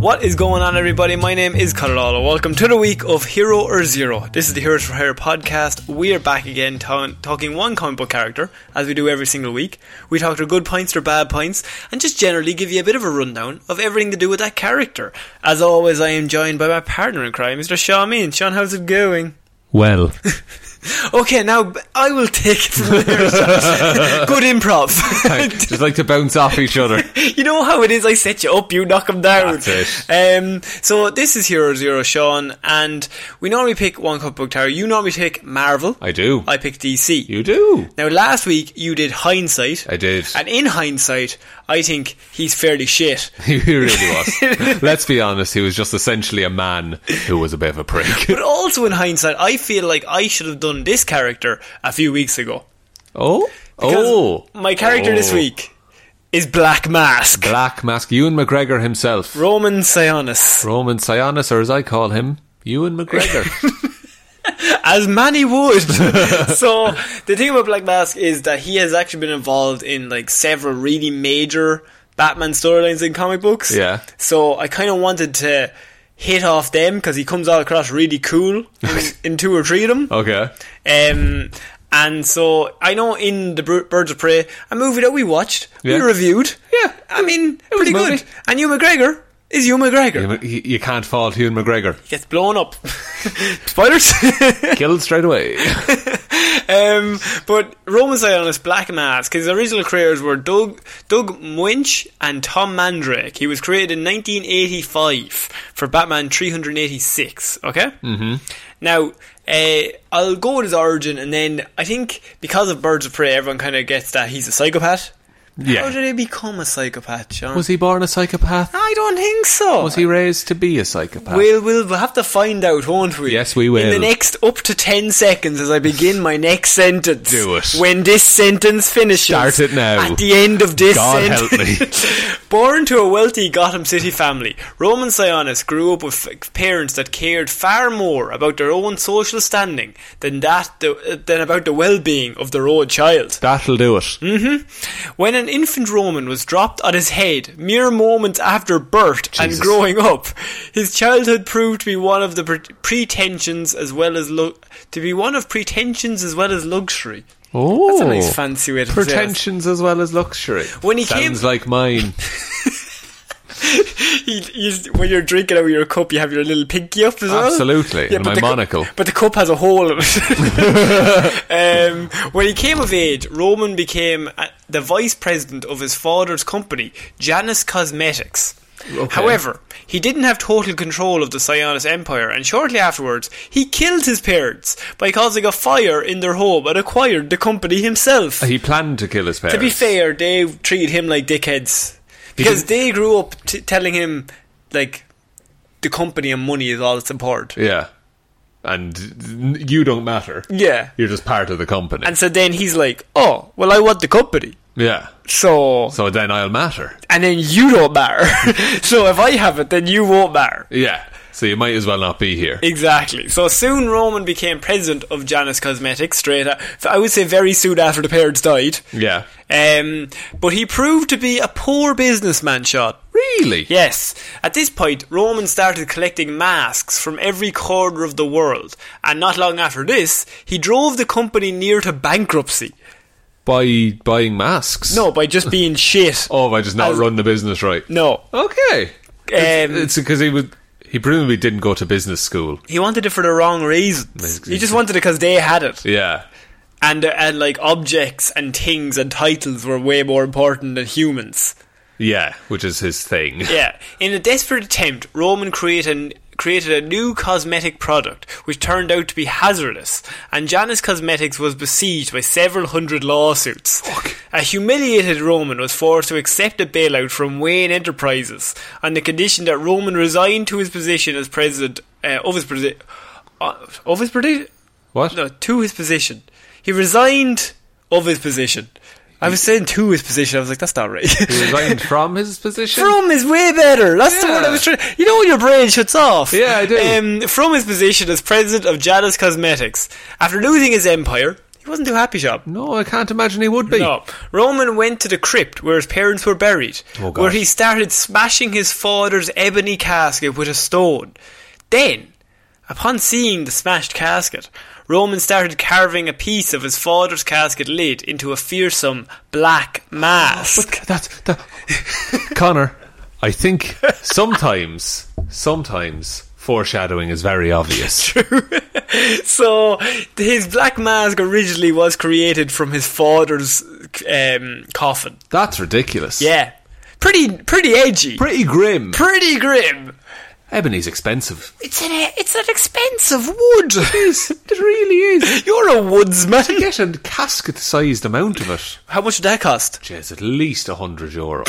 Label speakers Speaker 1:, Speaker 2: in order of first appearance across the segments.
Speaker 1: What is going on, everybody? My name is Colorado. Welcome to the week of Hero or Zero. This is the Heroes for Hire podcast. We are back again ta- talking one comic book character, as we do every single week. We talk their good points, their bad points, and just generally give you a bit of a rundown of everything to do with that character. As always, I am joined by my partner in crime, Mr. Sean Mean. Sean, how's it going?
Speaker 2: Well,
Speaker 1: Okay, now b- I will take it from there. Sean. good improv.
Speaker 2: just like to bounce off each other.
Speaker 1: you know how it is. I set you up, you knock them down.
Speaker 2: That's
Speaker 1: Um, so this is Hero Zero, Sean, and we normally pick one comic book tower. You normally pick Marvel.
Speaker 2: I do.
Speaker 1: I pick DC.
Speaker 2: you do.
Speaker 1: Now last week you did hindsight.
Speaker 2: I did.
Speaker 1: And in hindsight, I think he's fairly shit.
Speaker 2: he really was. Let's be honest, he was just essentially a man who was a bit of a prick.
Speaker 1: But also in hindsight, I feel like I should have done this character a few weeks ago.
Speaker 2: Oh?
Speaker 1: Because
Speaker 2: Oh.
Speaker 1: My character this
Speaker 2: Oh.
Speaker 1: week is Black Mask.
Speaker 2: Black Mask, Ewan McGregor himself.
Speaker 1: Roman Sionis.
Speaker 2: Roman Sionis, or as I call him, Ewan McGregor.
Speaker 1: As many would. so the thing about Black Mask is that he has actually been involved in like several really major Batman storylines in comic books.
Speaker 2: Yeah.
Speaker 1: So I kind of wanted to hit off them because he comes out across really cool in, in two or three of them.
Speaker 2: okay.
Speaker 1: Um, and so I know in the Bir- Birds of Prey, a movie that we watched, we
Speaker 2: Yeah.
Speaker 1: reviewed. Yeah. I mean, pretty
Speaker 2: a movie.
Speaker 1: good. And Hugh McGregor is Hugh McGregor.
Speaker 2: You, you can't fault Ewan McGregor.
Speaker 1: Gets blown up. Spoilers.
Speaker 2: Killed straight away.
Speaker 1: Um, but Roman Sionis, Black Mask, his original creators were Doug, Doug Winch and Tom Mandrake. He was created in 1985 for Batman 386, okay? Mm-hmm. Now, uh, I'll go with his origin, and then I think because of Birds of Prey, everyone kind of gets that he's a psychopath. How
Speaker 2: Yeah.
Speaker 1: did he Ah. become a psychopath, John?
Speaker 2: Was he born a psychopath?
Speaker 1: I don't think so.
Speaker 2: Was he raised to be a psychopath?
Speaker 1: We'll, we'll have to find out, won't we?
Speaker 2: Ah. Yes, we will.
Speaker 1: In the next up to 10 seconds as I begin my next sentence.
Speaker 2: Do it.
Speaker 1: When this sentence finishes.
Speaker 2: Start it now.
Speaker 1: At the end of this
Speaker 2: God help
Speaker 1: sentence. Born to a wealthy Gotham City family, Roman Sionis grew up with f- parents that cared far more about their own social standing than that the, than about the well-being of their own child.
Speaker 2: That'll do it.
Speaker 1: Hmm. When an infant Roman was dropped on his head mere moments after birth and
Speaker 2: Jesus.
Speaker 1: growing up, his childhood proved to be one of the pre- pretensions as well as lu- to be one of pretensions as well as luxury.
Speaker 2: Oh.
Speaker 1: That's a nice fancy way to say it.
Speaker 2: Pretensions as well as luxury.
Speaker 1: When he
Speaker 2: Sounds
Speaker 1: came-
Speaker 2: like mine.
Speaker 1: You- you- when you're drinking out of your cup, you have your little pinky up as well.
Speaker 2: Absolutely, and
Speaker 1: but
Speaker 2: my
Speaker 1: the cu-
Speaker 2: monocle.
Speaker 1: but the cup has a hole in it. um, when he came of age, Roman became uh, the vice president of his father's company, Janus Cosmetics. However, he didn't have total control of the Sionis Empire, and shortly afterwards, he killed his parents by causing a fire in their home and acquired the company himself.
Speaker 2: He planned to kill his parents.
Speaker 1: To be fair, they treated him like dickheads because
Speaker 2: didn't-
Speaker 1: they grew up t- telling him like the company and money is all that's important.
Speaker 2: Yeah. and you don't matter.
Speaker 1: Yeah.
Speaker 2: You're just part of the company.
Speaker 1: And so then he's like, "Oh, well, I want the company."
Speaker 2: yeah.
Speaker 1: So,
Speaker 2: So then I'll matter.
Speaker 1: and then you don't matter. so if I have it, then you won't matter.
Speaker 2: Yeah. So you might as well not be here.
Speaker 1: Exactly. So soon Roman became president of Janus Cosmetics. Straight, a- I would say, very soon after the parents died.
Speaker 2: yeah.
Speaker 1: Um, but he proved to be a poor businessman. Shot.
Speaker 2: Really?
Speaker 1: Yes. At this point, Roman started collecting masks from every corner of the world, and not long after this, he drove the company near to bankruptcy.
Speaker 2: By buying masks.
Speaker 1: No, by just being shit.
Speaker 2: Oh, by just not
Speaker 1: As-
Speaker 2: run the business right.
Speaker 1: No.
Speaker 2: Okay.
Speaker 1: Um,
Speaker 2: it's because he would. He presumably didn't go to business school.
Speaker 1: He wanted it for the wrong reasons. He just wanted it because they had it,
Speaker 2: Yeah.
Speaker 1: and uh, and like objects and things and titles were way more important than humans.
Speaker 2: Yeah. Which is his thing.
Speaker 1: Yeah. In a desperate attempt, Roman created created a new cosmetic product which turned out to be hazardous, and Janus Cosmetics was besieged by several hundred lawsuits. A humiliated Roman was forced to accept a bailout from Wayne Enterprises on the condition that Roman resigned to his position as president uh, of his presi- uh, of his predi-
Speaker 2: What?
Speaker 1: no, to his position. He resigned of his position. I was saying to his position. I was like, that's not right.
Speaker 2: He resigned from his position.
Speaker 1: From is way better. That's the
Speaker 2: Yeah.
Speaker 1: word I was trying. You know when your brain shuts off.
Speaker 2: Yeah, I do.
Speaker 1: Um, from his position as president of Janus Cosmetics, after losing his empire, he wasn't too happy, Shop.
Speaker 2: no, I can't imagine he would be.
Speaker 1: No. Roman went to the crypt where his parents were buried,
Speaker 2: Oh, God.
Speaker 1: where he started smashing his father's ebony casket with a stone. Then, upon seeing the smashed casket, Roman started carving a piece of his father's casket lid into a fearsome black mask.
Speaker 2: That's that. Connor, I think sometimes, sometimes foreshadowing is very obvious.
Speaker 1: So his black mask originally was created from his father's um, coffin.
Speaker 2: That's ridiculous.
Speaker 1: Yeah, pretty pretty edgy,
Speaker 2: Pretty grim.
Speaker 1: pretty grim.
Speaker 2: Ebony's expensive.
Speaker 1: It's an it's an expensive wood.
Speaker 2: It really is.
Speaker 1: You're a woodsman.
Speaker 2: Get a casket-sized amount of it.
Speaker 1: How much did that cost?
Speaker 2: Jeez, at least a hundred euro.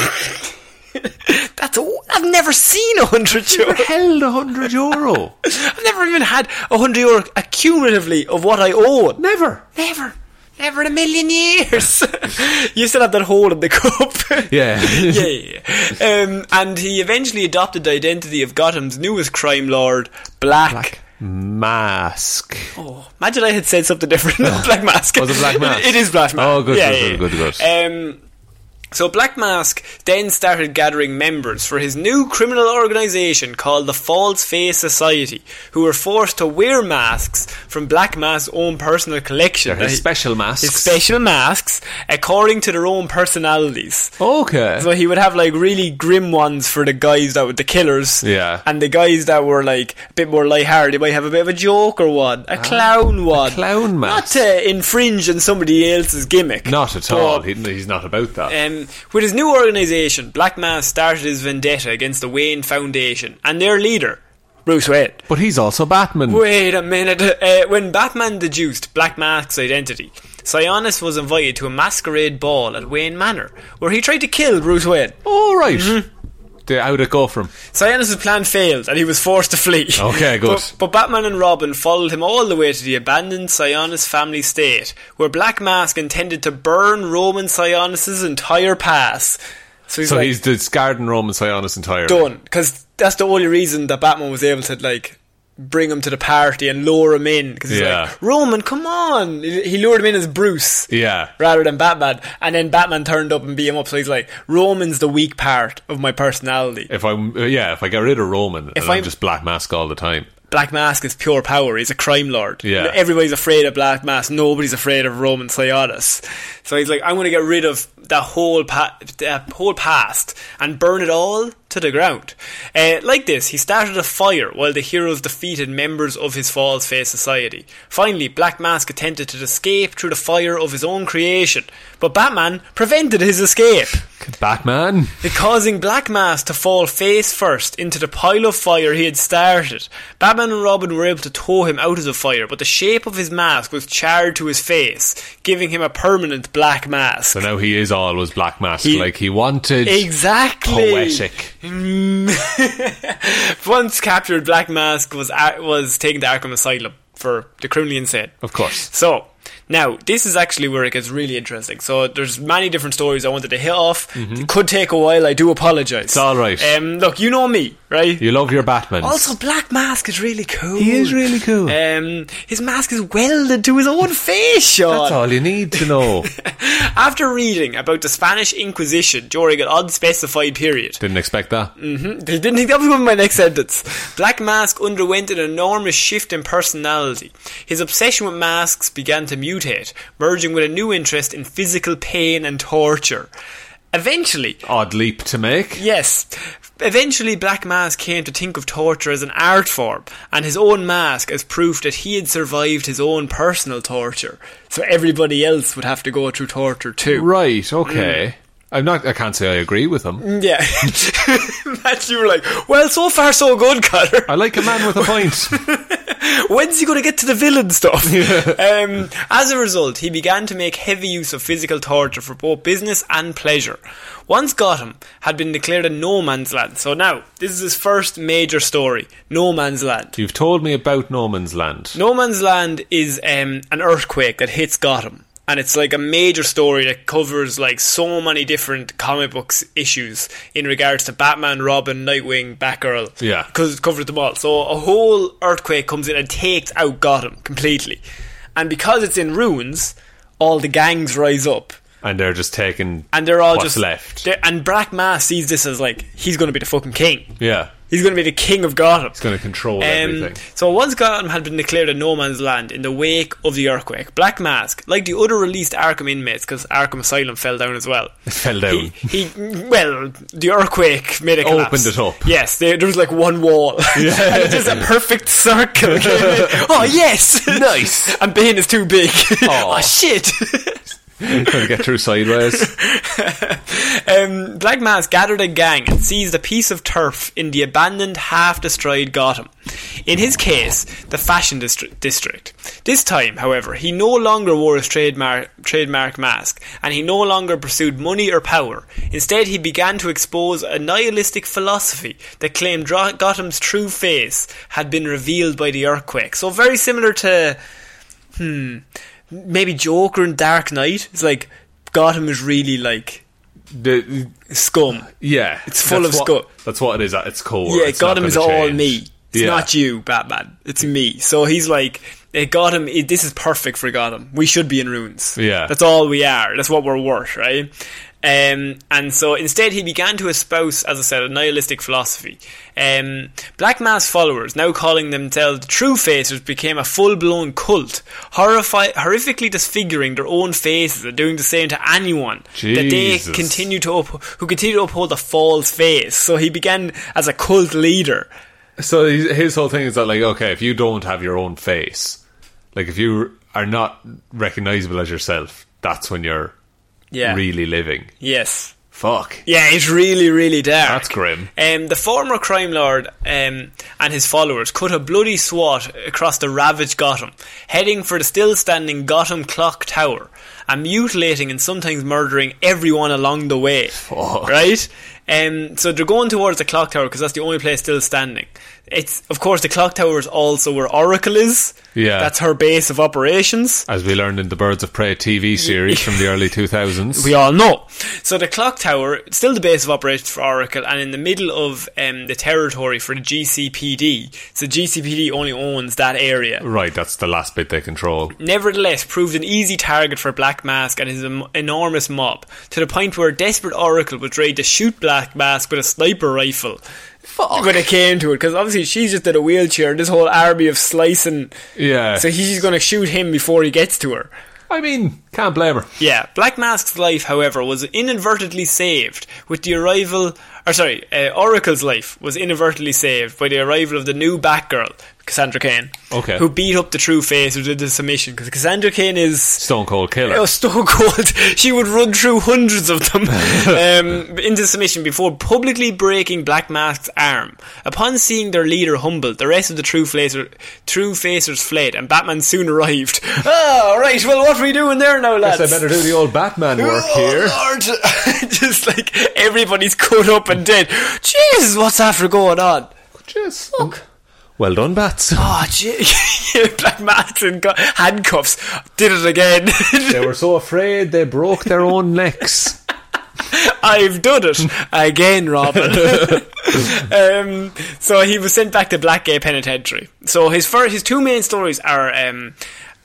Speaker 1: That's a, I've never seen a hundred euro.
Speaker 2: held a hundred euro.
Speaker 1: I've never even had a hundred euro accumulatively of what I owe.
Speaker 2: Never.
Speaker 1: Never. Never in a million years. you still have that hole in the cup.
Speaker 2: Yeah.
Speaker 1: yeah, yeah, yeah. Um, and he eventually adopted the identity of Gotham's newest crime lord, Black.
Speaker 2: Mask.
Speaker 1: Oh, imagine I had said something different. Black Mask.
Speaker 2: Oh. Was it Black Mask?
Speaker 1: It is Black Mask.
Speaker 2: Oh, good,
Speaker 1: Yeah,
Speaker 2: good,
Speaker 1: yeah,
Speaker 2: good,
Speaker 1: yeah.
Speaker 2: good, good.
Speaker 1: Um, so Black Mask then started gathering members for his new criminal organisation called the False Face Society, who were forced to wear masks from Black Mask's own personal collection.
Speaker 2: They're his
Speaker 1: Now,
Speaker 2: special masks.
Speaker 1: His special masks, according to their own personalities.
Speaker 2: Okay.
Speaker 1: So he would have like really grim ones for the guys that were the killers.
Speaker 2: Yeah.
Speaker 1: And the guys that were like a bit more lighthearted, they might have a bit of a joker one, a clown one.
Speaker 2: Ah, clown
Speaker 1: Not
Speaker 2: mask.
Speaker 1: to infringe on somebody else's gimmick.
Speaker 2: Not at all.
Speaker 1: But,
Speaker 2: He, he's not about that.
Speaker 1: um, with his new organisation, Black Mass started his vendetta against the Wayne Foundation and their leader, Bruce Wayne.
Speaker 2: but he's also Batman.
Speaker 1: Wait a minute. Uh, when Batman deduced Black Mask's identity, Sionis was invited to a masquerade ball at Wayne Manor, where he tried to kill Bruce Wayne.
Speaker 2: All right.
Speaker 1: Mm-hmm.
Speaker 2: D- How'd it go from?
Speaker 1: Cyanus' plan failed and he was forced to flee.
Speaker 2: Okay, good.
Speaker 1: But, but Batman and Robin followed him all the way to the abandoned Cyanus family estate, where Black Mask intended to burn Roman Cyanus' entire past. So he's
Speaker 2: So
Speaker 1: like,
Speaker 2: he's discarding Roman Sionis entirely.
Speaker 1: done. Because that's the only reason that Batman was able to, like, bring him to the party and lure him in. Because he's
Speaker 2: Yeah.
Speaker 1: like, Roman, come on! He he lured him in as Bruce.
Speaker 2: Yeah.
Speaker 1: Rather than Batman. And then Batman turned up and beat him up, so he's like, Roman's the weak part of my personality.
Speaker 2: If I'm, uh, yeah, if I get rid of Roman, and I'm,
Speaker 1: I'm-
Speaker 2: just Black Mask all the time.
Speaker 1: Black Mask is pure power. He's a crime lord.
Speaker 2: Yeah.
Speaker 1: Everybody's afraid of Black Mask. Nobody's afraid of Roman Sionis. So he's like, I'm going to get rid of that whole pa- that whole past and burn it all to the ground. Uh, like this, he started a fire while the heroes defeated members of his Falls Face Society. Finally, Black Mask attempted to escape through the fire of his own creation, but Batman prevented his escape
Speaker 2: Batman?
Speaker 1: causing Black Mass to fall face first into the pile of fire he had started. Batman and Robin were able to tow him out of the fire, but the shape of his mask was charred to his face, giving him a permanent black mask.
Speaker 2: So now he is always Black Mask,
Speaker 1: He-
Speaker 2: like he wanted.
Speaker 1: Exactly.
Speaker 2: Poetic.
Speaker 1: Mm. Once captured, Black Mask was a was taken to Arkham Asylum. for the criminally insane.
Speaker 2: Of course.
Speaker 1: So, now, this is actually where it gets really interesting. So, there's many different stories I wanted to hit off. It could take a while, I do apologise. It's
Speaker 2: Mm-hmm. all right.
Speaker 1: Um, look, you know me, right?
Speaker 2: You love your Batman.
Speaker 1: also, Black Mask is really cool.
Speaker 2: He is really cool.
Speaker 1: Um, his mask is welded to his own face, Sean.
Speaker 2: That's all you need to know.
Speaker 1: After reading about the Spanish Inquisition during an unspecified period,
Speaker 2: Didn't expect that.
Speaker 1: they didn't think that was going to be my next sentence. Black Mask underwent an enormous shift in personality. His obsession with masks began to mutate, merging with a new interest in physical pain and torture. Eventually,
Speaker 2: Odd leap to make.
Speaker 1: Yes. Eventually, Black Mask came to think of torture as an art form, and his own mask as proof that he had survived his own personal torture. So everybody else would have to go through torture too.
Speaker 2: Right.
Speaker 1: Mm.
Speaker 2: Okay. I'm not. I can't say I agree with him.
Speaker 1: Yeah. Matt, you were like, well, so far so good, Connor.
Speaker 2: I like a man with a point.
Speaker 1: When's he going to get to the villain stuff? um, as a result, he began to make heavy use of physical torture for both business and pleasure. Once Gotham had been declared a no man's land, so now, this is his first major story No Man's Land.
Speaker 2: You've told me about No Man's Land.
Speaker 1: No Man's Land is um, an earthquake that hits Gotham. And it's like a major story that covers like so many different comic books issues in regards to Batman, Robin, Nightwing, Batgirl.
Speaker 2: Yeah.
Speaker 1: Because it covers them all. So a whole earthquake comes in and takes out Gotham completely. And because it's in ruins, all the gangs rise up.
Speaker 2: And they're just taking.
Speaker 1: And they're all
Speaker 2: what's
Speaker 1: just
Speaker 2: left.
Speaker 1: they're- And Black Mass sees this as like, he's going to be the fucking king.
Speaker 2: yeah.
Speaker 1: He's going to be the king of Gotham.
Speaker 2: It's going to control
Speaker 1: Um,
Speaker 2: everything.
Speaker 1: so once Gotham had been declared a no man's land in the wake of the earthquake, Black Mask, like the other released Arkham inmates, because Arkham Asylum fell down as well.
Speaker 2: It fell down.
Speaker 1: He, he- well, the earthquake made it
Speaker 2: Opened
Speaker 1: collapse.
Speaker 2: it up.
Speaker 1: Yes, there, there was like one wall, and it's just a perfect circle. oh yes,
Speaker 2: Nice.
Speaker 1: and Bane is too big.
Speaker 2: Aw.
Speaker 1: oh shit.
Speaker 2: Trying to get through sideways.
Speaker 1: Um, Black Mass gathered a gang and seized a piece of turf in the abandoned, half-destroyed Gotham. In his case, the fashion distri- district. This time, however, he no longer wore his trademark, trademark mask, and he no longer pursued money or power. Instead, he began to expose a nihilistic philosophy that claimed Dro- Gotham's true face had been revealed by the earthquake. So very similar to maybe Joker and Dark Knight. It's like Gotham is really like
Speaker 2: The-
Speaker 1: scum.
Speaker 2: yeah.
Speaker 1: It's full
Speaker 2: that's
Speaker 1: of
Speaker 2: what-
Speaker 1: scut.
Speaker 2: That's what it is at its core.
Speaker 1: Yeah,
Speaker 2: It's not
Speaker 1: Gotham
Speaker 2: gonna
Speaker 1: is all
Speaker 2: change.
Speaker 1: me. It's
Speaker 2: Yeah.
Speaker 1: not you, Batman. It's me. So he's like, eh, Gotham, eh, this is perfect for Gotham. We should be in ruins.
Speaker 2: Yeah.
Speaker 1: That's all we are. That's what we're worth, right? Um, and so instead, he began to espouse, as I said, a nihilistic philosophy. Um, Black Mass followers, now calling themselves the True Facers, became a full blown cult, horrifi- horrifically disfiguring their own faces and doing the same to anyone that they
Speaker 2: Jesus.
Speaker 1: continue continue to up, who continue to uphold a false face. So he began as a cult leader.
Speaker 2: So his his whole thing is that, like, okay, if you don't have your own face, like, if you are not recognizable as yourself, that's when you're
Speaker 1: Yeah.
Speaker 2: really living.
Speaker 1: Yes.
Speaker 2: Fuck.
Speaker 1: Yeah, it's really, really dark.
Speaker 2: That's grim.
Speaker 1: Um, the former crime lord um, and his followers cut a bloody swat across the ravaged Gotham, heading for the still standing Gotham Clock Tower and mutilating and sometimes murdering everyone along the way. Right? Um, so they're going towards the clock tower because that's the only place still standing. It's of course the clock tower is also where Oracle is.
Speaker 2: Yeah.
Speaker 1: that's her base of operations.
Speaker 2: As we learned in the Birds of Prey TV series from the early 2000s.
Speaker 1: we all know. So the clock tower, it's still the base of operations for Oracle, and in the middle of um, the territory for the GCPD. So GCPD only owns that area.
Speaker 2: right, that's the last bit they control.
Speaker 1: Nevertheless, proved an easy target for Black Mask and his em- enormous mob, to the point where a desperate Oracle was ready to shoot Black Mask with a sniper rifle. Fuck. When it came to it, because obviously she's just in a wheelchair, this whole army of slicing.
Speaker 2: Yeah.
Speaker 1: So he's going to shoot him before he gets to her.
Speaker 2: I mean, can't blame her.
Speaker 1: Yeah, Black Mask's life, however, was inadvertently saved with the arrival. Or sorry, uh, Oracle's life was inadvertently saved by the arrival of the new Batgirl, Cassandra Kane.
Speaker 2: Okay.
Speaker 1: Who beat up the True Face who did the submission because Cassandra Kane is.
Speaker 2: Stone Cold Killer.
Speaker 1: Oh, so cold. She would run through hundreds of them um, into submission before publicly breaking Black Mask's arm. Upon seeing their leader humbled, the rest of the True, Facer, true Facers fled, and Batman soon arrived. Ah, right. Well, what are we doing there now, lads?
Speaker 2: Guess I better do the old Batman work here.
Speaker 1: Oh, Lord. Just like everybody's cut up and dead. Jesus, what's after going on?
Speaker 2: Just Well done, Bats.
Speaker 1: Oh, gee. Black Matt's in gu- handcuffs. Did it again.
Speaker 2: they were so afraid they broke their own necks.
Speaker 1: I've done it again, Robin. um, so he was sent back to Blackgate Penitentiary. So his fir- his two main stories are um,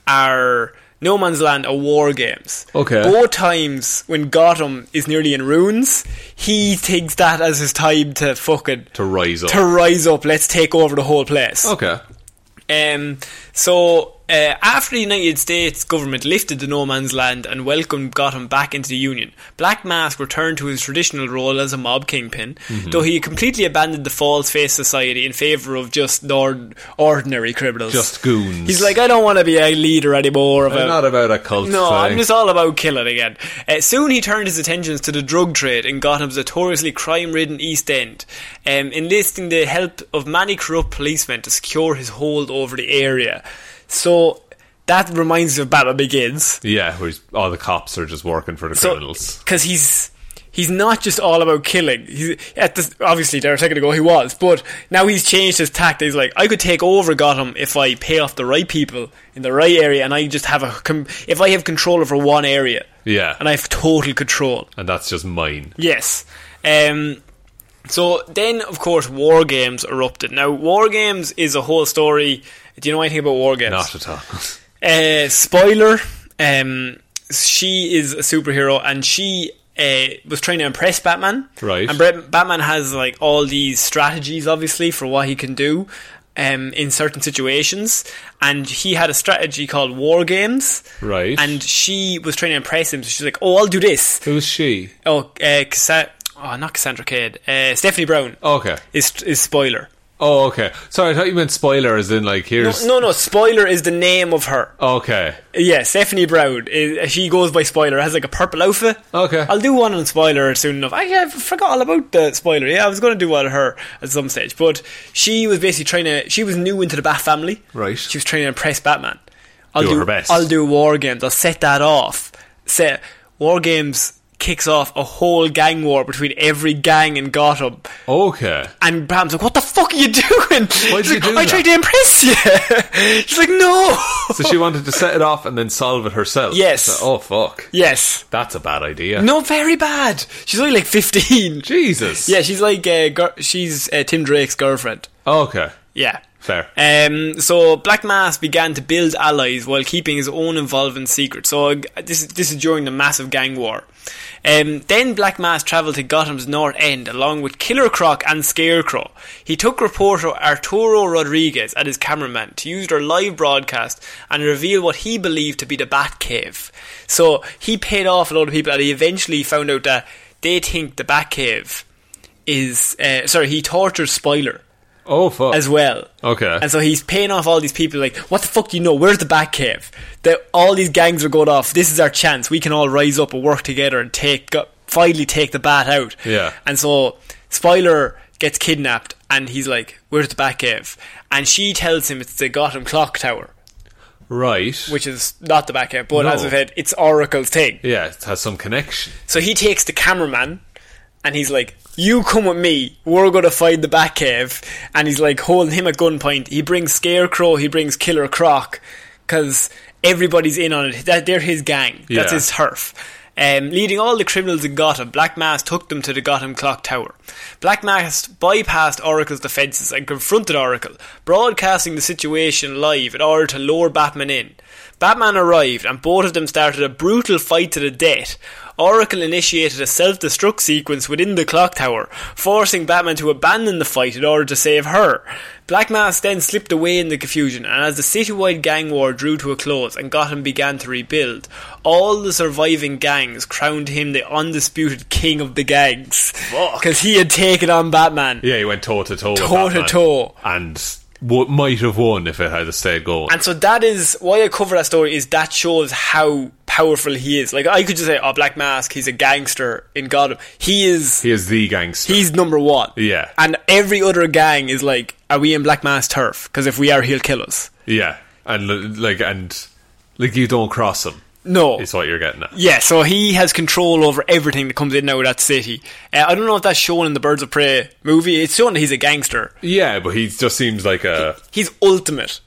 Speaker 1: are No Man's Land or War Games.
Speaker 2: Okay.
Speaker 1: Both times when Gotham is nearly in ruins, he takes that as his time to fucking
Speaker 2: To rise up.
Speaker 1: to rise up. Let's take over the whole place.
Speaker 2: okay.
Speaker 1: Um, so, uh, after the United States government lifted the no man's land and welcomed Gotham back into the Union, Black Mask returned to his traditional role as a mob kingpin,
Speaker 2: Mm-hmm.
Speaker 1: though he completely abandoned the False Face Society in favour of just ord- ordinary criminals.
Speaker 2: Just goons.
Speaker 1: He's like, I don't want to be a leader anymore of
Speaker 2: I'm
Speaker 1: a
Speaker 2: not about a cult
Speaker 1: no,
Speaker 2: thing.
Speaker 1: I'm just all about killing again. Uh, soon he turned his attentions to the drug trade in Gotham's notoriously crime ridden East End, um, enlisting the help of many corrupt policemen to secure his hold over the area. So that reminds me of Batman Begins.
Speaker 2: yeah, where he's- all the cops are just working for the criminals.
Speaker 1: Because he's. He's not just all about killing. He's, at this, obviously, there a second ago he was, but now he's changed his tact. He's like, I could take over Gotham if I pay off the right people in the right area, and I just have a. Com- if I have control over one area,
Speaker 2: Yeah.
Speaker 1: and I have total control.
Speaker 2: and that's just mine.
Speaker 1: Yes. Um, so then, of course, War Games erupted. Now, War Games is a whole story. Do you know anything about War Games?
Speaker 2: Not at all.
Speaker 1: Uh, spoiler. Um, she is a superhero, and she uh, was trying to impress Batman.
Speaker 2: Right.
Speaker 1: And Bre- Batman has like all these strategies, obviously, for what he can do um, in certain situations. And he had a strategy called War Games.
Speaker 2: Right.
Speaker 1: And she was trying to impress him. So she's like, "Oh, I'll do this."
Speaker 2: Who's she?
Speaker 1: Oh, uh, Cassandra. Oh, not Cassandra Cade. Uh, Stephanie Brown
Speaker 2: Okay.
Speaker 1: is is spoiler.
Speaker 2: Oh, okay. Sorry, I thought you meant spoiler as in like
Speaker 1: No,
Speaker 2: here's
Speaker 1: no, no. Spoiler is the name of her.
Speaker 2: Okay.
Speaker 1: Yeah, Stephanie Brown. Is, she goes by spoiler. Has like a purple outfit.
Speaker 2: Okay.
Speaker 1: I'll do one on spoiler soon enough. Actually, I forgot all about the spoiler. Yeah, I was going to do one on her at some stage, but she was basically trying to. She was new into the Bat family.
Speaker 2: Right.
Speaker 1: She was trying to impress Batman. I'll
Speaker 2: Do
Speaker 1: do
Speaker 2: her best.
Speaker 1: I'll do war games. I'll set that off. Set war games kicks off a whole gang war between every gang in Gotham.
Speaker 2: Okay.
Speaker 1: And Bram's like, "What the fuck are you doing?"
Speaker 2: you
Speaker 1: She's like,
Speaker 2: do
Speaker 1: I
Speaker 2: that?"
Speaker 1: tried to impress you. She's like, "No."
Speaker 2: So she wanted to set it off and then solve it herself.
Speaker 1: Yes.
Speaker 2: So- oh fuck.
Speaker 1: yes.
Speaker 2: That's a bad idea.
Speaker 1: No, very bad. She's only like fifteen.
Speaker 2: Jesus.
Speaker 1: Yeah, she's like uh, gir- she's uh, Tim Drake's girlfriend.
Speaker 2: Okay.
Speaker 1: Yeah.
Speaker 2: Fair.
Speaker 1: Um, so Black Mass began to build allies while keeping his own involvement secret. So uh, this is- this is during the massive gang war. Um, then Black Mass travelled to Gotham's North End along with Killer Croc and Scarecrow. He took reporter Arturo Rodriguez and his cameraman to use their live broadcast and reveal what he believed to be the Batcave. So he paid off a lot of people, and he eventually found out that they think the Batcave is uh, sorry. He tortures Spoiler
Speaker 2: Oh fuck.
Speaker 1: as well.
Speaker 2: Okay.
Speaker 1: And so he's paying off all these people like, what the fuck do you know? Where's the Batcave? That all these gangs are going off. This is our chance. We can all rise up and work together and take go- finally take the bat out.
Speaker 2: Yeah.
Speaker 1: And so Spoiler gets kidnapped and he's like, Where's the Batcave? And she tells him it's the Gotham Clock Tower,
Speaker 2: right.
Speaker 1: which is not the Batcave, but
Speaker 2: No.
Speaker 1: as I said, it's Oracle's thing.
Speaker 2: yeah, it has some connection.
Speaker 1: So he takes the cameraman and he's like, You come with me, we're gonna find the Batcave. And he's like holding him at gunpoint. He brings Scarecrow, he brings Killer Croc, because everybody's in on it. That They're his gang, that's
Speaker 2: Yeah.
Speaker 1: his turf. Um, leading all the criminals in Gotham, Black Mass took them to the Gotham Clock Tower. Black Mass bypassed Oracle's defences and confronted Oracle, broadcasting the situation live in order to lure Batman in. Batman arrived and both of them started a brutal fight to the death. Oracle initiated a self destruct sequence within the clock tower, forcing Batman to abandon the fight in order to save her. Black Mass then slipped away in the confusion, and as the citywide gang war drew to a close and Gotham began to rebuild, all the surviving gangs crowned him the undisputed king of the gangs. Because he had taken on Batman.
Speaker 2: Yeah, he went toe to toe.
Speaker 1: Toe to toe.
Speaker 2: and w- might have won if it had stayed going.
Speaker 1: And so that is why I cover that story is that shows how powerful he is. Like I could just say, "Oh, Black Mask, he's a gangster in Gotham. He is,
Speaker 2: he is the gangster.
Speaker 1: he's number one."
Speaker 2: Yeah.
Speaker 1: And every other gang is like, "Are we in Black Mask turf? Because if we are, he'll kill us."
Speaker 2: yeah, and l- like and like you don't cross him.
Speaker 1: No.
Speaker 2: Is what you're getting at.
Speaker 1: Yeah, so he has control over everything that comes in and out of that city. Uh, I don't know if that's shown in the Birds of Prey movie. It's shown that he's a gangster.
Speaker 2: Yeah, but he just seems like a
Speaker 1: He's ultimate.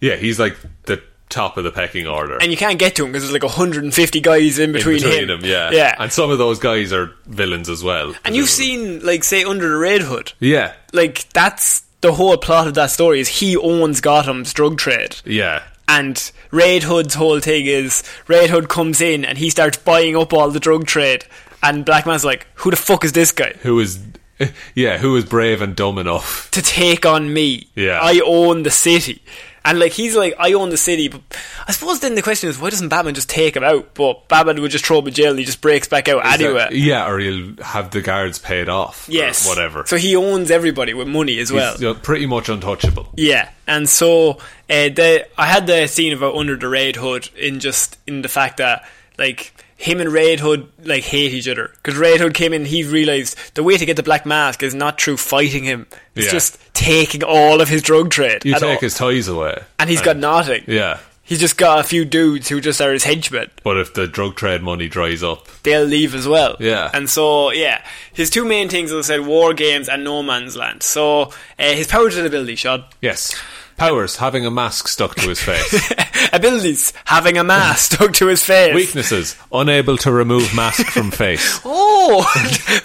Speaker 2: yeah. He's like the top of the pecking order.
Speaker 1: And you can't get to him because there's like 150 guys in
Speaker 2: in
Speaker 1: between, him.
Speaker 2: between them, yeah,
Speaker 1: Yeah.
Speaker 2: And some of those guys are villains as well.
Speaker 1: and you've
Speaker 2: presumably.
Speaker 1: seen, like, say, Under the Red Hood.
Speaker 2: yeah,
Speaker 1: Like, that's the whole plot of that story is he owns Gotham's drug trade.
Speaker 2: yeah,
Speaker 1: And Red Hood's whole thing is Red Hood comes in and he starts buying up all the drug trade. And Black Man's like, who the fuck is this guy?
Speaker 2: who is yeah who is brave and dumb enough
Speaker 1: to take on me.
Speaker 2: Yeah.
Speaker 1: I own the city. And like he's like, I own the city, but I suppose then the question is why doesn't Batman just take him out? But Batman would just throw him in jail and he just breaks back out anyway.
Speaker 2: yeah or he'll have the guards paid off or
Speaker 1: yes.
Speaker 2: whatever
Speaker 1: So he owns everybody with money as
Speaker 2: he's
Speaker 1: well.
Speaker 2: you know, pretty much untouchable
Speaker 1: Yeah, and so uh, the I had the scene about under the Red Hood in just in the fact that like him and Red Hood like hate each other because Red Hood came in, he realized the way to get the Black Mask is not through fighting him; it's
Speaker 2: Yeah.
Speaker 1: just taking all of his drug trade,
Speaker 2: you
Speaker 1: and,
Speaker 2: take
Speaker 1: all-
Speaker 2: his toys away
Speaker 1: and he's got nothing.
Speaker 2: yeah
Speaker 1: He's just got a few dudes who just are his henchmen.
Speaker 2: but if the drug trade money dries up
Speaker 1: They'll leave as well.
Speaker 2: Yeah.
Speaker 1: And so, yeah. His two main things, as I said, war games and no man's land. So, uh, his powers and ability, Sean.
Speaker 2: yes powers having a mask stuck to his face
Speaker 1: Abilities, having a mask stuck to his face.
Speaker 2: weaknesses unable to remove mask from face
Speaker 1: Oh,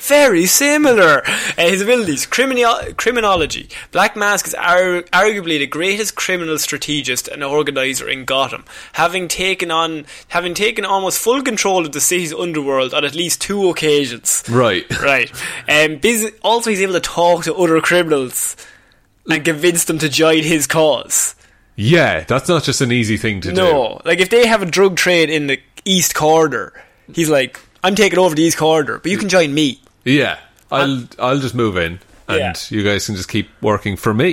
Speaker 1: very similar. Uh, his abilities, criminal, criminology. Black Mask is ar- arguably the greatest criminal strategist and organizer in Gotham, having taken on, having taken almost full control of the city's underworld on at least two occasions.
Speaker 2: right
Speaker 1: Right. Um, bus- also, he's able to talk to other criminals and convince them to join his cause.
Speaker 2: yeah that's not just an easy thing to do
Speaker 1: No, like if they have a drug trade in the East Corridor, he's like, I'm taking over the East Corridor, but you can join me.
Speaker 2: yeah I'll I'll just move in and
Speaker 1: Yeah.
Speaker 2: you guys can just keep working for me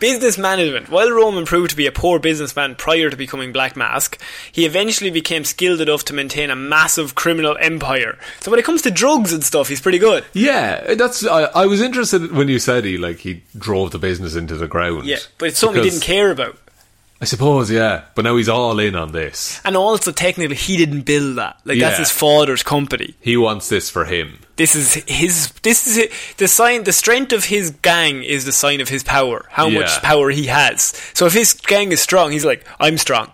Speaker 1: business management. While Roman proved to be a poor businessman prior to becoming Black Mask, he eventually became skilled enough to maintain a massive criminal empire. So when it comes to drugs and stuff, he's pretty good.
Speaker 2: Yeah, that's. I, I was interested when you said he like he drove the business into the ground.
Speaker 1: Yeah, but it's something he
Speaker 2: Because-
Speaker 1: didn't care about.
Speaker 2: I suppose, yeah. But now he's all in on this.
Speaker 1: And also, technically, he didn't build that. Like that's
Speaker 2: Yeah.
Speaker 1: his father's company.
Speaker 2: He wants this for him.
Speaker 1: This is his. This is it. the sign. The strength of his gang is the sign of his power. How
Speaker 2: Yeah.
Speaker 1: much power he has. So if his gang is strong, he's like, I'm strong.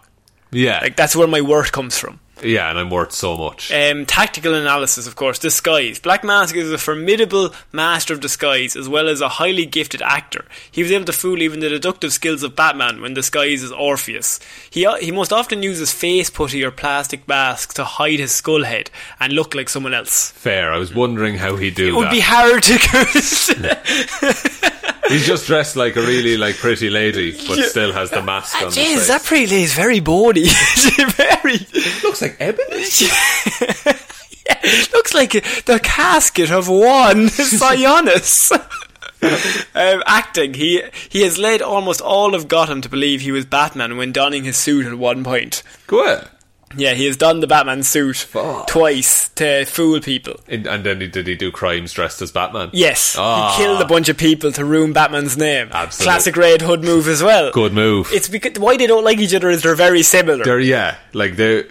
Speaker 2: Yeah,
Speaker 1: Like that's where my worth comes from.
Speaker 2: yeah. And I'm worth so much.
Speaker 1: Um, tactical analysis, of course, disguise. Black Mask is a formidable master of disguise as well as a highly gifted actor. He was able to fool even the deductive skills of Batman when disguised as Orpheus. He, uh, he most often uses face putty or plastic masks to hide his skull head and look like someone else.
Speaker 2: Fair. I was wondering how he do
Speaker 1: It would
Speaker 2: that.
Speaker 1: be hard to.
Speaker 2: he's just dressed like a really like pretty lady, but still has the mask on. his
Speaker 1: Jeez,
Speaker 2: face.
Speaker 1: Ah, that pretty lady is very bawdy. very.
Speaker 2: looks like ebony.
Speaker 1: Looks like the casket of one Sionis. um, acting, he he has led almost all of Gotham to believe he was Batman when donning his suit at one point.
Speaker 2: Go ahead.
Speaker 1: Yeah, he has donned the Batman suit twice to fool people.
Speaker 2: And, and then he, did he do crimes dressed as Batman?
Speaker 1: Yes,
Speaker 2: Ah.
Speaker 1: he killed a bunch of people to ruin Batman's name.
Speaker 2: Absolute.
Speaker 1: Classic Red Hood move as well.
Speaker 2: Good move.
Speaker 1: It's because why they don't like each other is they're very similar.
Speaker 2: They're yeah, like they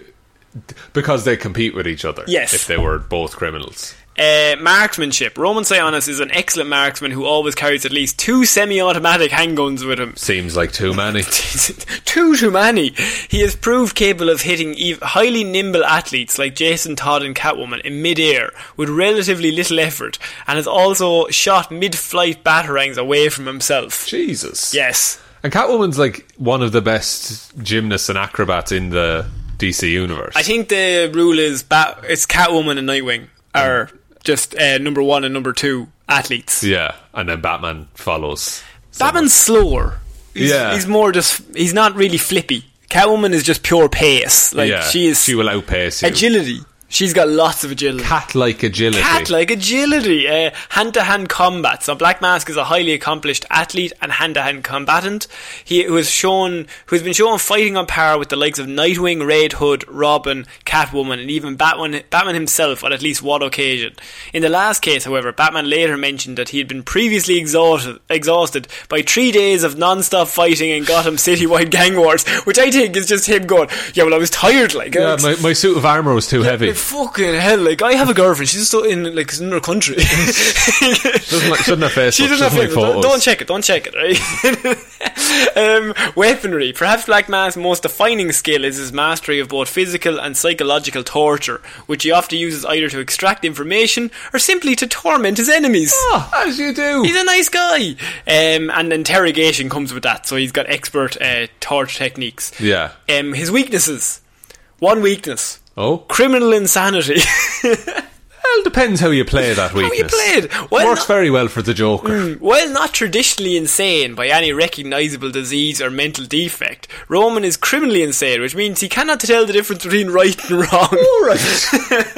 Speaker 2: because they compete with each other.
Speaker 1: Yes.
Speaker 2: if they were both criminals.
Speaker 1: Uh, marksmanship. Roman Sionis is an excellent marksman who always carries at least two semi-automatic handguns with him.
Speaker 2: Seems like too many.
Speaker 1: too too many. He has proved capable of hitting ev- highly nimble athletes like Jason Todd and Catwoman in midair with relatively little effort, and has also shot mid-flight batarangs away from himself.
Speaker 2: Jesus.
Speaker 1: Yes.
Speaker 2: And Catwoman's like one of the best gymnasts and acrobats in the DC universe.
Speaker 1: I think the rule is bat- it's Catwoman and Nightwing are just uh, number one and number two athletes.
Speaker 2: Yeah, and then Batman follows.
Speaker 1: Batman's slower. He's,
Speaker 2: Yeah.
Speaker 1: he's more just he's not really flippy. Catwoman is just pure pace. Like
Speaker 2: yeah,
Speaker 1: she is
Speaker 2: She will outpace you.
Speaker 1: agility. She's got lots of agility.
Speaker 2: Cat like agility.
Speaker 1: Cat-like agility, uh, hand-to-hand combat. So Black Mask is a highly accomplished athlete and hand-to-hand combatant. He who has shown, who has been shown fighting on par with the likes of Nightwing, Red Hood, Robin, Catwoman, and even Batman, Batman himself on at least one occasion. In the last case, however, Batman later mentioned that he had been previously exhausted, exhausted by three days of non-stop fighting in Gotham City-wide gang wars, which I think is just him going, "Yeah, well, I was tired, like." eh?"
Speaker 2: Yeah,
Speaker 1: it's-
Speaker 2: my, my suit of armor was too heavy.
Speaker 1: like, fucking hell! Like I have a girlfriend. She's still in like in her country.
Speaker 2: Doesn't like- shouldn't have Facebook,
Speaker 1: She doesn't have
Speaker 2: doesn't like
Speaker 1: Facebook. Don't,
Speaker 2: photos.
Speaker 1: don't check it. Don't check it. Right. um, weaponry. Perhaps Black Mask's most defining skill is his mastery of both physical and psychological torture, which he often uses either to extract information or simply to torment his enemies.
Speaker 2: Ah, as you do.
Speaker 1: He's a nice guy, um, and interrogation comes with that. So he's got expert uh, torture techniques.
Speaker 2: Yeah.
Speaker 1: Um, his weaknesses. One weakness.
Speaker 2: Oh,
Speaker 1: Criminal insanity.
Speaker 2: well, depends how you play that
Speaker 1: you
Speaker 2: weakness.
Speaker 1: play it? Why
Speaker 2: Works
Speaker 1: not- Hmm.
Speaker 2: very well for the Joker.
Speaker 1: While not traditionally insane by any recognizable disease or mental defect, Roman is criminally insane, which means he cannot tell the difference between right and wrong.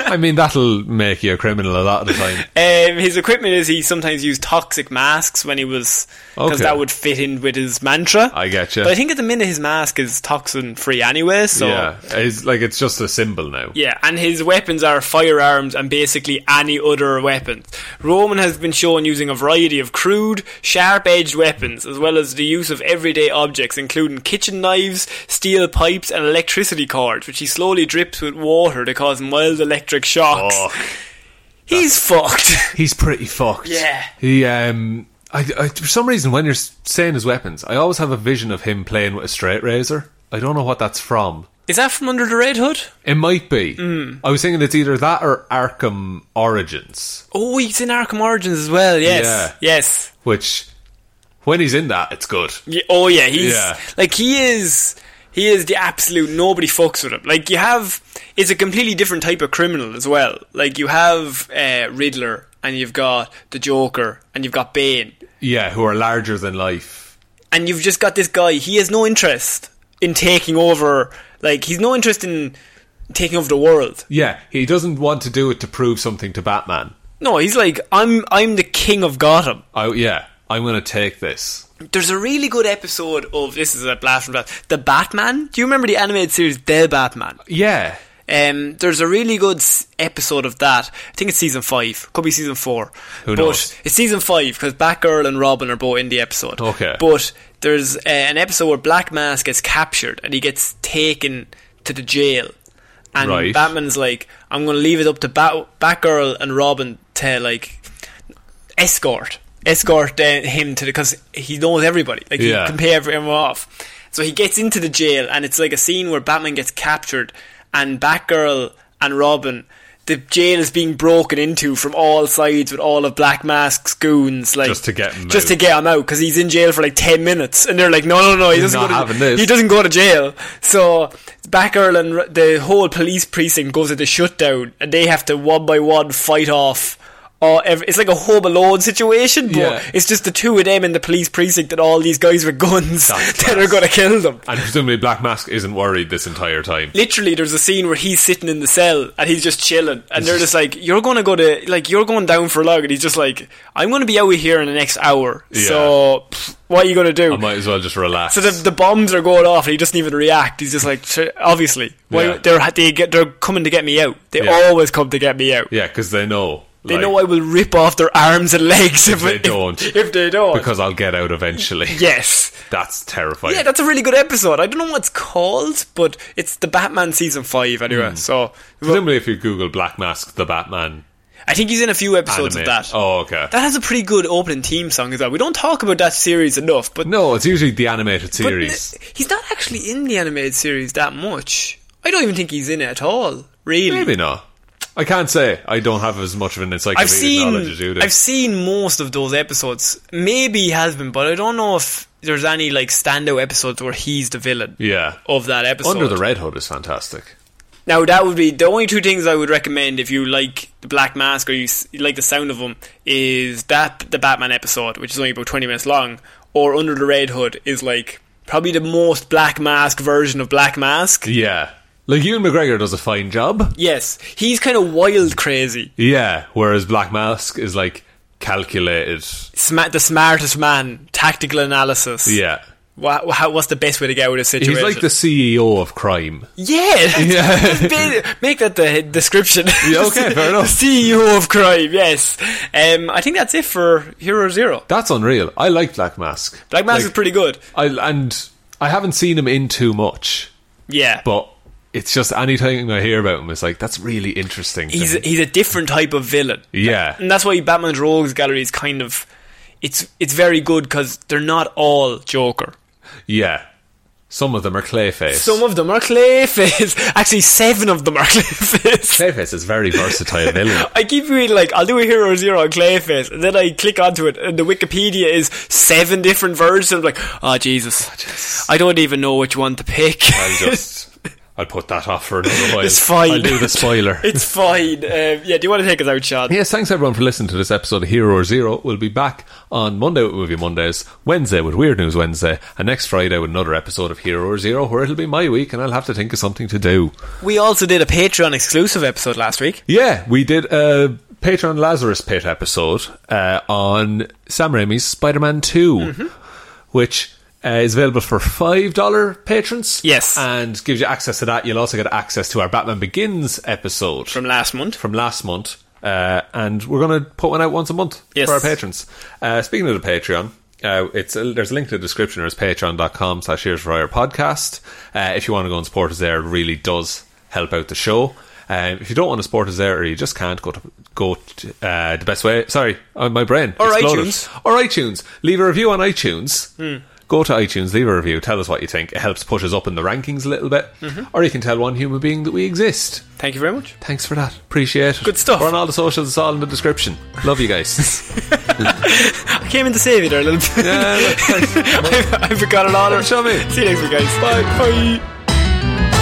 Speaker 2: I mean, that'll make you a criminal a lot of the time.
Speaker 1: Um, his equipment is he sometimes used toxic masks when he was because
Speaker 2: Okay.
Speaker 1: that would fit in with his mantra.
Speaker 2: I getcha.
Speaker 1: But I think at the minute his mask is toxin free anyway, so
Speaker 2: yeah, it's like it's just a symbol now.
Speaker 1: Yeah, and his weapons are firearms and basically any other weapons. Roman has been shown using a variety of crude, sharp edged weapons, as well as the use of everyday objects, including kitchen knives, steel pipes, and electricity cords, which he slowly drips with water to cause mild electric shocks.
Speaker 2: Fuck.
Speaker 1: He's fucked.
Speaker 2: He's pretty fucked.
Speaker 1: Yeah.
Speaker 2: He um, I, I for some reason when you're s- saying his weapons, I always have a vision of him playing with a straight razor. I don't know what that's from.
Speaker 1: Is that from under the red hood?
Speaker 2: It might be.
Speaker 1: Mm.
Speaker 2: I was thinking it's either that or Arkham Origins,
Speaker 1: Oh, he's in Arkham Origins as well, yes.
Speaker 2: Yeah.
Speaker 1: Yes.
Speaker 2: which when he's in that, it's good.
Speaker 1: Yeah, oh yeah, he's
Speaker 2: Yeah.
Speaker 1: like he is. He is the absolute nobody fucks with him. Like you have, it's a completely different type of criminal as well. Like you have uh, Riddler and you've got the Joker and you've got Bane
Speaker 2: Yeah, who are larger than life.
Speaker 1: and you've just got this guy. He has no interest in taking over. Like he's no interest in taking over the world.
Speaker 2: Yeah, he doesn't want to do it to prove something to Batman.
Speaker 1: No, he's like I'm. I'm the king of Gotham.
Speaker 2: I, yeah, I'm going to take this.
Speaker 1: There's a really good episode of this is a blast from blast. The Batman. Do you remember the animated series The Batman?
Speaker 2: Yeah,
Speaker 1: Um, there's a really good s- episode of that. I think it's season five, could be season four.
Speaker 2: Who
Speaker 1: but
Speaker 2: knows?
Speaker 1: It's season five because Batgirl and Robin are both in the episode.
Speaker 2: Okay.
Speaker 1: But there's uh, an episode where Black Mask gets captured and he gets taken to the jail, and
Speaker 2: Right.
Speaker 1: Batman's like, "I'm going to leave it up to Bat- Batgirl and Robin to like escort." Escort uh, him to the because he knows everybody. Like
Speaker 2: Yeah.
Speaker 1: he can pay everyone off. So he gets into the jail, and it's like a scene where Batman gets captured, and Batgirl and Robin. The jail is being broken into from all sides with all of Black Mask's goons, like
Speaker 2: Just to get him
Speaker 1: just to
Speaker 2: out.
Speaker 1: get him out because he's in jail for like ten minutes, and they're like, no, no, no, he doesn't
Speaker 2: not
Speaker 1: go to
Speaker 2: having this.
Speaker 1: he doesn't go to jail. So Batgirl and r- the whole police precinct goes into shutdown, and they have to one by one fight off. Or ev it's like a home alone situation, but
Speaker 2: Yeah.
Speaker 1: it's just the two of them in the police precinct and all these guys with guns
Speaker 2: That's
Speaker 1: that are
Speaker 2: class.
Speaker 1: going to kill them.
Speaker 2: and presumably Black Mask isn't worried this entire time.
Speaker 1: Literally, there's a scene where he's sitting in the cell and he's just chilling, and they're just like, "You're going to go to like you're going down for a log," and he's just like, "I'm going to be out of here in the next hour, so pff, what are you going to do?"
Speaker 2: I might as well just relax.
Speaker 1: So the, the bombs are going off, and he doesn't even react. He's just like, "Sure, obviously, why
Speaker 2: Yeah.
Speaker 1: they're they get, they're coming to get me out. They
Speaker 2: Yeah.
Speaker 1: always come to get me out.
Speaker 2: yeah, because they know.
Speaker 1: They
Speaker 2: like,
Speaker 1: know I will rip off their arms and legs if,
Speaker 2: they
Speaker 1: if-
Speaker 2: don't.
Speaker 1: If, they don't,
Speaker 2: because I'll get out eventually.
Speaker 1: yes,
Speaker 2: That's terrifying.
Speaker 1: yeah, that's a really good episode. I don't know what it's called, but it's the Batman season five anyway.
Speaker 2: Hmm.
Speaker 1: So
Speaker 2: Presumably, if you Google Black Mask, the Batman
Speaker 1: I think he's in a few episodes
Speaker 2: anime.
Speaker 1: of that.
Speaker 2: Oh, okay.
Speaker 1: That has a pretty good opening theme song as well. We don't talk about that series enough, but
Speaker 2: no, it's usually the animated
Speaker 1: but
Speaker 2: series.
Speaker 1: n- he's not actually in the animated series that much. I don't even think he's in it at all. Really,
Speaker 2: Maybe not. I can't say. I don't have as much of an encyclopedic
Speaker 1: I've seen
Speaker 2: knowledge as you do.
Speaker 1: I've seen most of those episodes. Maybe he has been, but I don't know if there's any like standout episodes where he's the villain
Speaker 2: yeah.
Speaker 1: of that episode.
Speaker 2: Under the Red Hood is fantastic.
Speaker 1: now that would be the only two things I would recommend if you like the Black Mask or you, s- you like the sound of him is that the Batman episode, which is only about twenty minutes long, or Under the Red Hood is like probably the most Black Mask version of Black Mask.
Speaker 2: Yeah. Like Ewan McGregor does a fine job.
Speaker 1: Yes, he's kind of wild crazy.
Speaker 2: Yeah, whereas Black Mask is like calculated.
Speaker 1: Sma- the smartest man, tactical analysis.
Speaker 2: Yeah.
Speaker 1: Wha- wha- what's the best way to get out of a situation?
Speaker 2: He's like the CEO of crime.
Speaker 1: Yeah, that's- that's ba- make that the head- description.
Speaker 2: Yeah, okay, fair enough.
Speaker 1: The CEO of crime, yes. Um, I think that's it for Hero Zero.
Speaker 2: That's unreal. I like Black Mask.
Speaker 1: Black Mask
Speaker 2: Like,
Speaker 1: is pretty good.
Speaker 2: I and I haven't seen him in too much,
Speaker 1: Yeah,
Speaker 2: but it's just anything I hear about him, it's like that's really interesting. to
Speaker 1: he's
Speaker 2: me.
Speaker 1: he's a different type of villain.
Speaker 2: yeah,
Speaker 1: and that's why Batman's Rogues Gallery is kind of it's it's very good because they're not all Joker.
Speaker 2: yeah. Some of them are Clayface.
Speaker 1: Some of them are Clayface. Actually, seven of them are Clayface.
Speaker 2: Clayface is very versatile villain.
Speaker 1: I keep reading like I'll do a Hero Zero on Clayface, and then I click onto it, and the Wikipedia is seven different versions. I'm like, oh Jesus. I don't even know which one to pick.
Speaker 2: I'll just I'll put that off for another while.
Speaker 1: It's fine.
Speaker 2: I'll do the spoiler.
Speaker 1: it's fine. Um, yeah, do you want to take us out, Sean?
Speaker 2: Yes, thanks everyone for listening to this episode of Hero or Zero. We'll be back on Monday with Movie Mondays, Wednesday with Weird News Wednesday, and next Friday with another episode of Hero or Zero where it'll be my week and I'll have to think of something to do.
Speaker 1: We also did a Patreon exclusive episode last week.
Speaker 2: Yeah, we did a Patreon Lazarus Pit episode uh, on Sam Raimi's Spider Man 2, which uh, is available for $5 patrons.
Speaker 1: Yes.
Speaker 2: And gives you access to that. You'll also get access to our Batman Begins episode
Speaker 1: From last month.
Speaker 2: from last month, uh, and we're going to put one out once a month
Speaker 1: Yes.
Speaker 2: for our patrons. Uh, speaking of the Patreon, uh, it's a, there's a link to the description. It's patreon.com slash here's for hire podcast. Uh, if you want to go and support us there, it really does help out the show. Um, if you don't want to support us there, or you just can't go to go to, uh, the best way. Sorry, uh, my brain
Speaker 1: Or
Speaker 2: exploded.
Speaker 1: iTunes. Hmm.
Speaker 2: or iTunes. Leave a review on iTunes. Go to iTunes, leave a review, tell us what you think. It helps push us up in the rankings a little bit.
Speaker 1: Mm-hmm.
Speaker 2: Or you can tell one human being that we exist.
Speaker 1: Thank you very much.
Speaker 2: Thanks for that. Appreciate it.
Speaker 1: Good stuff.
Speaker 2: We're on all the socials. It's all in the description. Love you guys.
Speaker 1: I came in to save you there a little bit.
Speaker 2: yeah, look, thanks.
Speaker 1: I, I forgot a lot.
Speaker 2: Don't show me.
Speaker 1: See you next week, guys. Bye. Bye.